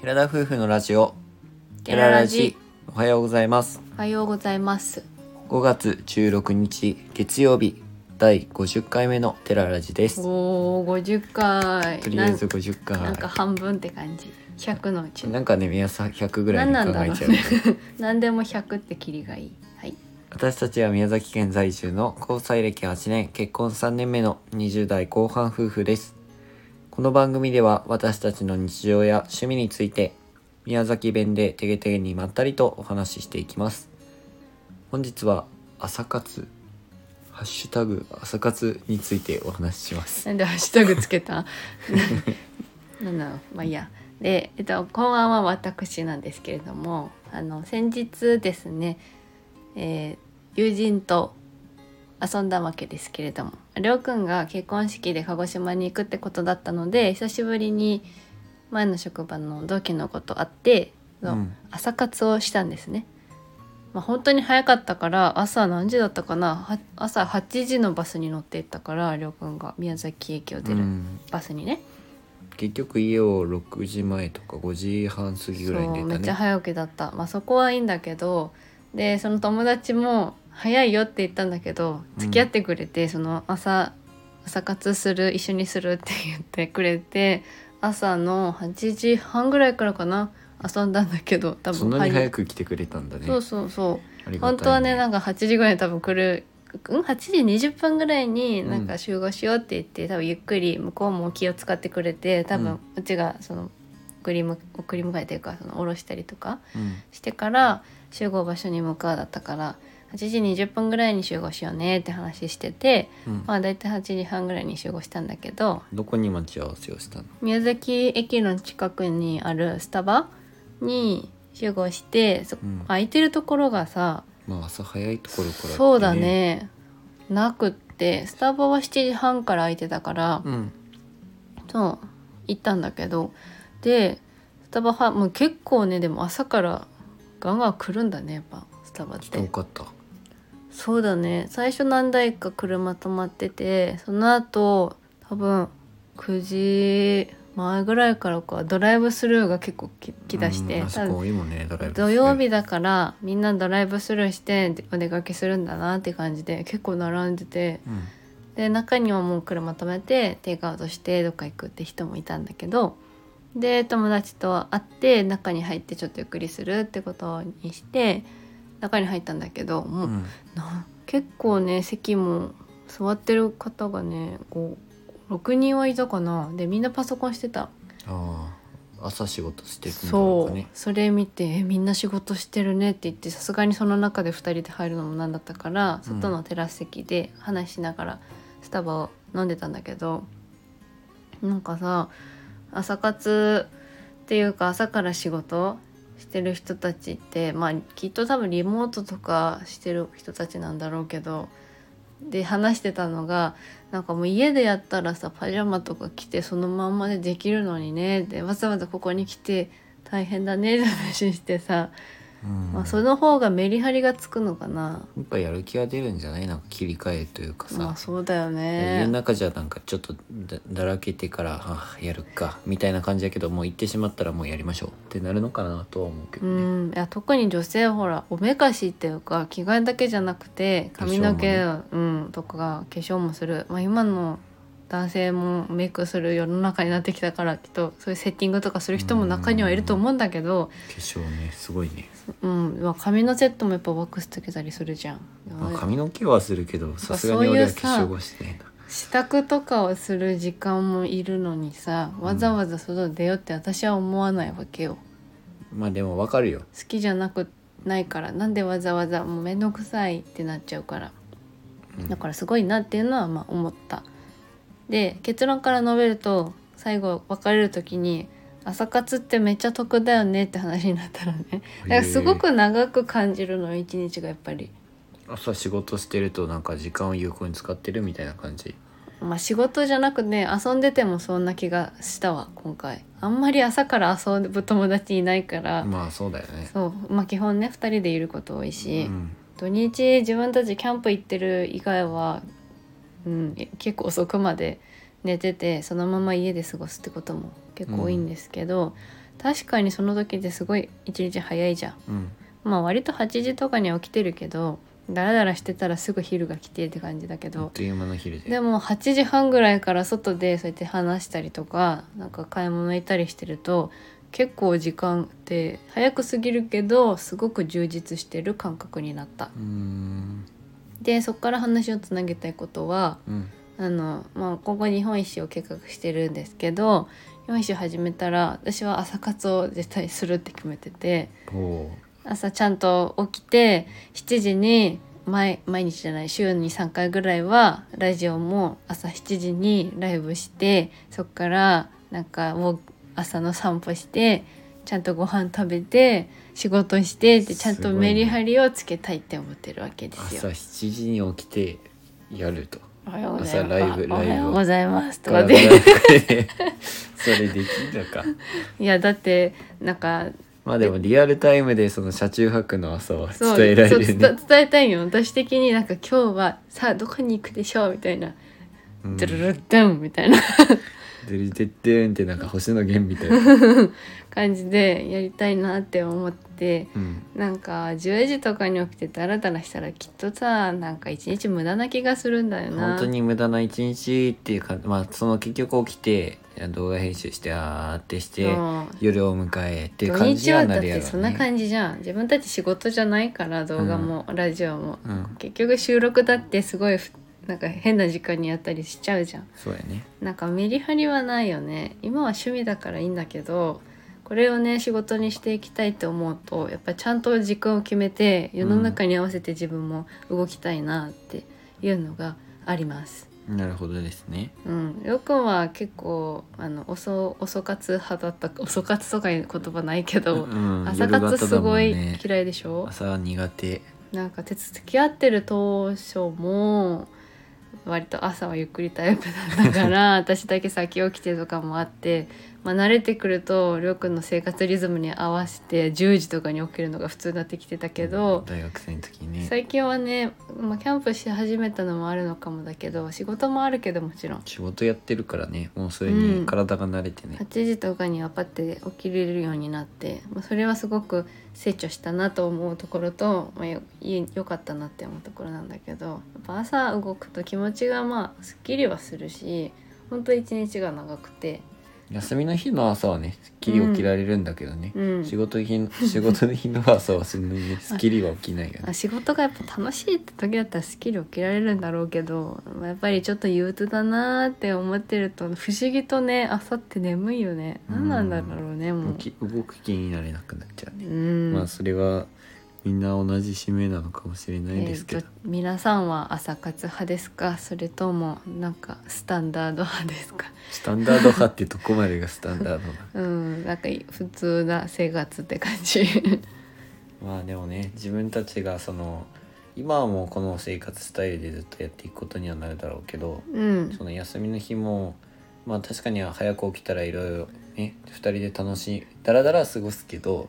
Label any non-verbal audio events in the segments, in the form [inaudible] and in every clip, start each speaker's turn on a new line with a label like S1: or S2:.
S1: 寺田夫婦のラジオ
S2: ゲララジ
S1: おはようございます
S2: おはようございます
S1: 5月16日月曜日第50回目の寺ラジです
S2: おお50回
S1: とりあえず50回
S2: な
S1: なん
S2: なんんか半分って感じ100のうちの
S1: かね目安100ぐらいに
S2: 何
S1: 考
S2: なんだ
S1: え
S2: ろう
S1: ちゃう
S2: ね [laughs] 何でも100ってキリがいいはい
S1: 私たちは宮崎県在住の交際歴8年結婚3年目の20代後半夫婦ですこの番組では私たちの日常や趣味について宮崎弁でてげてげにまったりとお話ししていきます本日は朝活ハッシュタグ朝活についてお話しします
S2: [laughs] なんでハッシュタグつけた [laughs] なんだろうまあいいやで、えっと、こんばんは私なんですけれどもあの先日ですね、えー友人と遊んだわけですけれどもりょうくんが結婚式で鹿児島に行くってことだったので久しぶりに前の職場の同期の子と会って、そう
S1: うん
S2: 朝活をしたんですね。まあ、本当に早かったから朝何時だったかなは朝8時のバスに乗っていったからりょうくんが宮崎駅を出
S1: う
S2: る
S1: ん
S2: バスにね、
S1: 結局家を6時前とか5時半過ぎぐらいに
S2: そう
S1: 出
S2: め
S1: た
S2: っちゃ
S1: ね
S2: 早起きだった、まあ、そこはいいんだけどでその友達も「早いよ」って言ったんだけど
S1: うん
S2: 付き合ってくれて、その朝朝活する一緒にするって言ってくれて朝の8時半ぐらいからかな遊んだんだけど多
S1: そん
S2: 分
S1: なに
S2: は
S1: 早
S2: い
S1: く来てくれたんだね
S2: そうそうそう
S1: ありがたい
S2: 本当はねなんか8時ぐらいに多分来るうん8時20分ぐらいになん
S1: う
S2: か集合しようって言って、多分ゆっくり向こうも気を使ってくれて多
S1: うん
S2: 分うちがその送りむ送り迎えというかその降ろしたりとか
S1: うん
S2: してから集合場所に向かうだったから8時20分ぐらいに集合しようねって話してて
S1: うん
S2: まあ大体8時半ぐらいに集合したんだけど
S1: どこに待ち合わせをしたの
S2: 宮崎駅の近くにあるスタバに集合してそ
S1: うん
S2: 空いてるところがさ
S1: まあ朝早いところから、
S2: そうだ。ねなくってスタバは7時半から空いてたから、
S1: うん。
S2: そう行ったんだけどでスタバはもう結構ねでも朝からガンガン来るんだねやっぱスタバっ
S1: 人多
S2: て
S1: かった。
S2: そうだね最初何台か車止まっててその後多分9時前ぐらいからかドライブスルーが結構き来だして、
S1: うんあそ
S2: 多分
S1: こ多いもんね、ドライブ。
S2: 土曜。日だからみんなドライブスルーしてお出かけするんだなって感じで結構並んでて
S1: うん。
S2: で中にはもう車止めてテイクアウトしてどっか行くって人もいたんだけどで友達と会って中に入ってちょっとゆっくりするってことにして中に入ったんだけども
S1: う
S2: う、
S1: ん。
S2: な結構ね席も座ってる方がね56人はいたかなでみんなパソコンしてた。
S1: ああ、朝仕事してるんだろ
S2: そうう
S1: かね。
S2: それ見てえみんな仕事してるねって言ってさすがにその中で2人で入るのもなんだったから
S1: うん
S2: 外のテラス席で話しながらスタバを飲んでたんだけど、なんかさ朝活っていうか朝から仕事してる人たちってまあきっと多分リモートとかしてる人たちなんだろうけどで話してたのがなんかもう家でやったらさパジャマとか着てそのまんまでできるのにねでわざわざここに来て大変だねって [laughs] 話してさ、
S1: うん。
S2: まあ、その方がメリハリがつくのかな、
S1: やっぱやる気は出るんじゃないなんか切り替えというかさ。
S2: まあそうだ
S1: 家
S2: よね
S1: の中じゃなんかちょっとだだらけてからあやるかみたいな感じだけどもう行ってしまったらもうやりましょうってなるのかなとは思うけど
S2: う
S1: ね、
S2: んいや特に女性はほらおめかしっていうか着替えだけじゃなくて髪の毛、
S1: 化
S2: うん、とか化粧もする、まあ、今の男性もメイクする世の中になってきたからきっとそういうセッティングとかする人も中にはいると思うんだけど、
S1: 化粧ねすごいね、
S2: うんまあ、髪のセットもやっぱワックスつけたりするじゃん。
S1: まあ、髪の毛はするけどさすがに
S2: そうい
S1: 俺
S2: う
S1: は化
S2: さ
S1: 粧はしてないな
S2: 支度とかをする時間もいるのにさわざわざ外出ようって私は思わないわけよ。
S1: まあでもわかるよ
S2: 好きじゃなくないからなんでわざわざもう面倒くさいってなっちゃうから、
S1: うん
S2: だからすごいなっていうのはまあ思った。で結論から述べると最後別れる時に「朝活ってめっちゃ得だよね」って話になったのね。だからすごく長く感じるのよ一日がやっぱり。
S1: 朝仕事してるとなんか時間を有効に使ってるみたいな感じ
S2: まあ仕事じゃなくね遊んでてもそんな気がしたわ今回あんまり朝から遊ぶ友達いないから、
S1: まあそうだよね
S2: そうまあ基本ね2人でいること多いうし、
S1: ん、
S2: 土日自分たちキャンプ行ってる以外は、うん、結構遅くまで寝ててそのまま家で過ごすってことも結構多いんですけど、確かにその時ってすごい一日早いじゃん
S1: うん
S2: まあ割と8時とかには起きてるけどダラダラしてたらすぐ昼が来てって感じだけ
S1: あっ
S2: ど
S1: という間の昼で
S2: でも8時半ぐらいから外でそうやって話したりとかなんか買い物行ったりしてると結構時間って早く過ぎるけどすごく充実してる感覚になった
S1: うーん
S2: でそこから話をつなげたいことは
S1: うん
S2: あの、まあ、今後日本一周を計画してるんですけど日本一周始めたら私は朝活を絶対するって決めてて
S1: ほ
S2: 朝ちゃんと起きて7時に毎毎日じゃない週に3回ぐらいはラジオも朝7時にライブしてそっからなんかもう朝の散歩してちゃんとご飯食べて仕事してってちゃん
S1: す
S2: と
S1: ごいね
S2: メリハリをつけたいって思ってるわけで
S1: う
S2: すよ。
S1: 朝7時に起きてやると
S2: おはようございま
S1: 朝ラ
S2: す。
S1: イブ
S2: あお
S1: ラ
S2: は
S1: イブ
S2: ようございます。と
S1: ガラ
S2: か
S1: ガラ
S2: で。
S1: で [laughs] それできるのか
S2: いや、だって、なんか、
S1: まあでもリアルタイムでその車中泊の朝は
S2: そう、
S1: 伝えられ
S2: そ
S1: る
S2: う
S1: ね
S2: 伝伝えたいよ。私的になんか今日は、さあ、どこに行くでしょうみたいな。
S1: うん
S2: ドゥルルッドゥンみたいな
S1: ドゥルデッドゥーンってなんか星野源みたい
S2: [laughs]
S1: な、
S2: 感じでやりたいなって思って、
S1: うん、
S2: なんか、10時とかに起きてダラダラしたらきっとさ、なんか一日無駄な気がするんだよな。
S1: 本当。に無駄な一日っていうかまあその結局起きて動画編集してあーってして
S2: そう
S1: 夜を迎えっていう
S2: 土
S1: 感じ
S2: 日
S1: には
S2: はだ
S1: な
S2: っ
S1: るや
S2: て
S1: ろ、
S2: そうんな
S1: ね、
S2: 感じじゃん。自分たち仕事じゃないから、動画も、ラジオも。
S1: うん
S2: 結局収録だってすごいふなんか変な時間にやったりしちゃうじゃん
S1: そうやね
S2: なんかメリハリはないよね今は趣味だからいいんだけどこれをね仕事にしていきたいと思うとやっぱちゃんと時間を決めて世の中に合わせて自分も動きたいなっていうのがあります、
S1: なるほどですね
S2: うん、よくんは結構あの遅遅活派だった遅活とかいう言葉ないけど、
S1: うん
S2: 朝
S1: 夜型
S2: 活す
S1: だもん
S2: ごい
S1: ね
S2: 嫌いでしょ、
S1: 朝は苦手
S2: なんか手付き合ってる当初も割と朝はゆっくりタイプだったから私だけ先起きてとかもあって、まあ、慣れてくるとりょうくんの生活リズムに合わせて10時とかに起きるのが普通になってきてたけど、
S1: 大学生の時にね
S2: 最近はね、まあ、キャンプし始めたのもあるのかもだけど仕事もあるけどもちろん
S1: 仕事やってるからねもうそれに体が慣れてね、
S2: 8時とかにはパッて起きれるようになって、まあ、それはすごく成長したなと思うところと、まあ、よい良かったなって思うところなんだけどやっぱ朝動くと気持ちがまあすっきりはするし本当一日が長くて
S1: 休みの日の朝はねすっきり起きられるんだけどね、
S2: うん
S1: 仕事
S2: [laughs]
S1: 日の仕事の日の朝はそんなにねすっきりは起きないよ
S2: あ
S1: ね
S2: 仕事がやっぱ楽しいって時だったらすっきり起きられるんだろうけど、まあ、やっぱりちょっと憂鬱だなーって思ってると不思議とね朝って眠いよね何なんだろうねもう。
S1: 起き動く気になれなくなっちゃう
S2: う
S1: ね、
S2: ん
S1: まあそれはみんな同じ使命なのかもしれないですけど、
S2: えーと皆さんは朝活派ですかそれともなんかスタンダード派で
S1: [laughs]
S2: すか
S1: スタンダード派ってどこまでがスタンダード
S2: [laughs]
S1: なの
S2: うんなんか普通な生活って感じ
S1: まあでもね自分たちがその今はもうこの生活スタイルでずっとやっていくことにはなるだ [laughs] ろうけど
S2: うん
S1: その休みの日もまあ確かには早く起きたらいろいろね2人で楽しいだらだら過ごすけど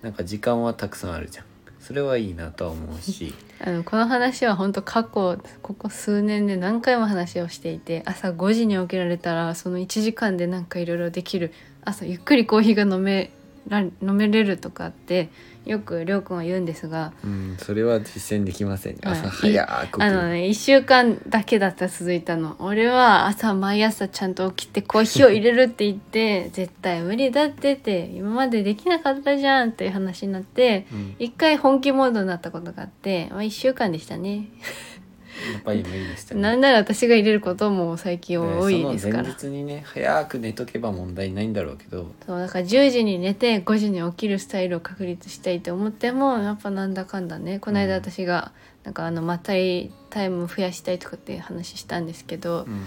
S1: なんか時間はたくさんあるじゃんそれはいいなとは思うし
S2: あのこの話は本当過去ここ数年で何回も話をしていて朝5時に起きられたらその1時間でなんかいろいろできる朝ゆっくりコーヒーが飲めら飲めれるとかってよくりょうくんは言うんですが
S1: うんそれは実践できませんね
S2: はい
S1: 朝早く起き
S2: あ
S1: る
S2: のね、1週間だけだった続いたの俺は朝毎朝ちゃんと起きてコーヒーを入れるって言って [laughs] 絶対無理だってって今までできなかったじゃんっていう話になって
S1: うん、
S2: 一回本気モードになったことがあって、まあ、1週間でしたね
S1: やっぱり無理でした
S2: な
S1: ね
S2: んなら私が入れることも最
S1: で
S2: 近多いです
S1: そ
S2: か
S1: の
S2: ら
S1: 前日にね早く寝とけば問題ないんだろうけど
S2: そうだから10時に寝て5時に起きるスタイルを確立したいと思ってもやっぱなんだかんだねこの間
S1: うん
S2: 私がなんかあのまったりタイム増やしたいとかっていう話したんですけど、
S1: うん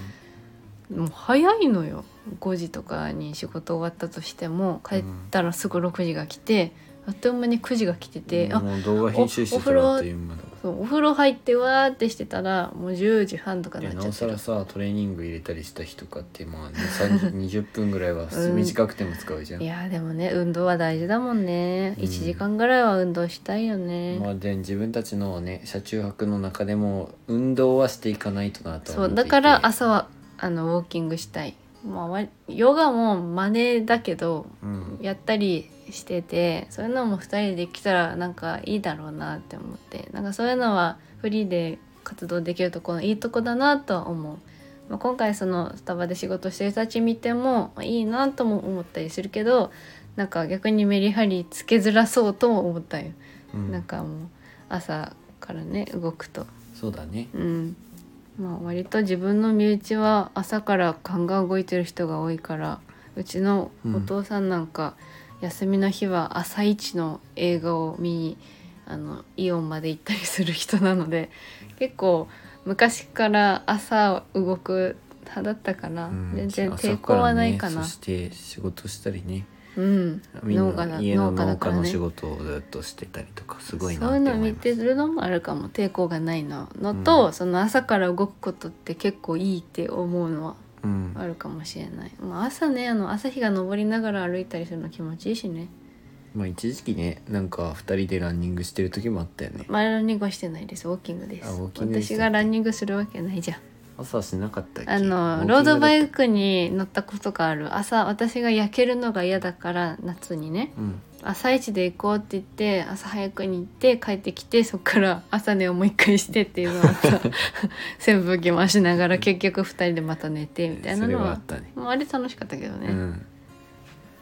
S2: もう早いのよ5時とかに仕事終わったとしても帰ったらすぐ6時が来て、あっという間に9時が来てて、あ
S1: もう動画編集してた
S2: おお
S1: らあ
S2: 風呂
S1: っという間だ
S2: そうお風呂入ってわーってしてたらもう10時半とか
S1: い
S2: な
S1: や
S2: っ
S1: な
S2: ちゃ
S1: お
S2: って
S1: さ
S2: る
S1: らさトレーニング入れたりした日とかってまあ、ね、30
S2: [laughs]
S1: 20分ぐらいは
S2: うん
S1: 短くても使うじゃん、
S2: いやーでもね運動は大事だもんね、
S1: うん
S2: 1時間ぐらいは運動したいよね、
S1: まあで自分たちのね車中泊の中でも運動はしていかないとなとは
S2: そ
S1: 思って
S2: う
S1: いて
S2: だから朝はあのウォーキングしたいまあわ、ヨガも真似だけど
S1: うん
S2: やったりしててそういうのも2人できたらなんかいいだろうなって思ってなんかそういうのはフリーで活動できるところいいとこだなとは思う、まあ、今回そのスタバで仕事してる人たち見てもまあいいなとも思ったりするけどなんか逆にメリハリつけづらそうとも思ったよ、
S1: うん
S2: なんかもう朝からね動くと
S1: そうだね
S2: うんまあ割と自分の身内は朝からガンガン動いてる人が多いからうちのお父さんなんか、休みの日は朝一の映画を見にあのイオンまで行ったりする人なので結構昔から朝動く派だったかな、
S1: うん
S2: 全然
S1: 朝
S2: 抵
S1: か
S2: 抗
S1: ら
S2: は
S1: ね
S2: ないかな
S1: そして仕事したりね
S2: うん
S1: みん
S2: 農家
S1: な
S2: だ
S1: 家の
S2: 農家
S1: 農
S2: だか
S1: 家
S2: ら
S1: の
S2: ね
S1: 仕事をずっとしてたりとかすごいな
S2: そうい
S1: っ
S2: う
S1: て
S2: の
S1: 思い
S2: 見
S1: ま
S2: て
S1: す
S2: るのもあるかも抵抗がないののと、
S1: うん
S2: その朝から動くことって結構いいって思うのは
S1: うん
S2: あるかもしれない、まあ、朝ねあの朝日が昇りながら歩いたりするの気持ちいいしね
S1: まあ一時期ねなんか二人でランニングしてる時もあったよね
S2: まあランニングはしてないですウォーキングです
S1: あウォーキングです
S2: 私がランニングするわけないじゃん
S1: 朝しなかったっけ
S2: あ
S1: ウォ
S2: の
S1: ーキング
S2: ロードバ
S1: だ
S2: イ
S1: った
S2: クに乗ったことがある朝私が焼けるのが嫌だから夏にね
S1: うん
S2: 朝一で行こうって言って朝早くに行って帰ってきてそっから朝寝をもう一回してって
S1: [laughs]
S2: いうのをまた扇風機回しながら結局2人でまた寝てみたいなの
S1: それはあ
S2: は
S1: ったね
S2: まあ、あれ楽しかったけどね、
S1: うん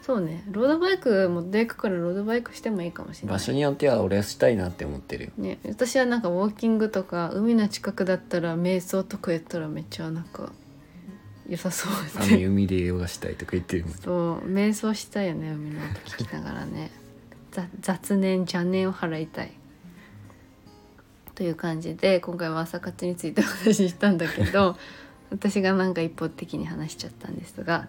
S2: そうねロードバイク持っていくからロードバイクしてもいいかもしれない
S1: 場所によっては俺はしたいなって思ってるよ
S2: ね、私はなんかウォーキングとか海の近くだったら瞑想とかやったらめっちゃなんか良さそう
S1: あ
S2: で
S1: の海でヨガしたいとか言って
S2: [laughs]
S1: るもん
S2: そう瞑想したいよね海の音聞きながらね [laughs] ざ雑念邪念を払いたいという感じで今回は朝活についてお話ししたんだけど [laughs] 私がなんか一方的に話しちゃったんですが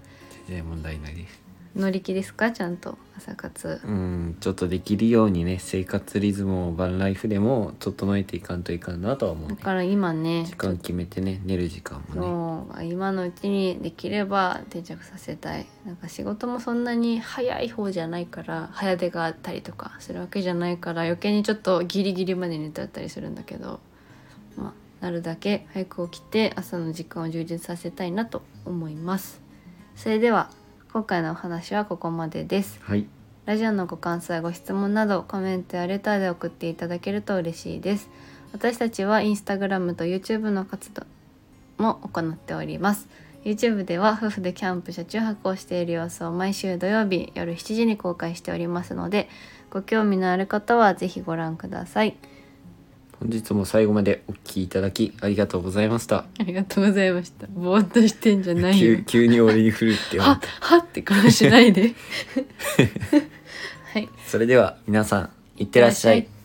S1: 全然問題ないです
S2: 乗り気ですかちゃんと朝活
S1: うんちょっとできるようにね生活リズムをバンライフでも整えていかんといかんなとは思う
S2: だ
S1: ね
S2: から今ね
S1: 時間決めてね寝る時間もね
S2: そう今のうちにできれば定着させたいなんか仕事もそんなに早い方じゃないから早出があったりとかするわけじゃないから余計にちょっとギリギリまで寝てたりするんだけど、まあ、なるだけ早く起きて朝の時間を充実させたいなと思いますそれでは今回のお話はここまでです
S1: はい
S2: ラジオのご感想やご質問などコメントやレターで送っていただけると嬉しいです私たちはインスタグラムと YouTube の活動も行っております YouTube では夫婦でキャンプ車中泊をしている様子を毎週土曜日夜7時に公開しておりますのでご興味のある方はぜひご覧ください
S1: 本日も最後までお聞きいただきありがとうございました
S2: ありがとうございましたぼーっとしてんじゃないよ
S1: 急急に俺に振るって思っ
S2: [laughs] は
S1: た
S2: はって [laughs] 顔しないではい
S1: それでは皆さんいってらっしゃ
S2: い
S1: い
S2: ってらっしゃい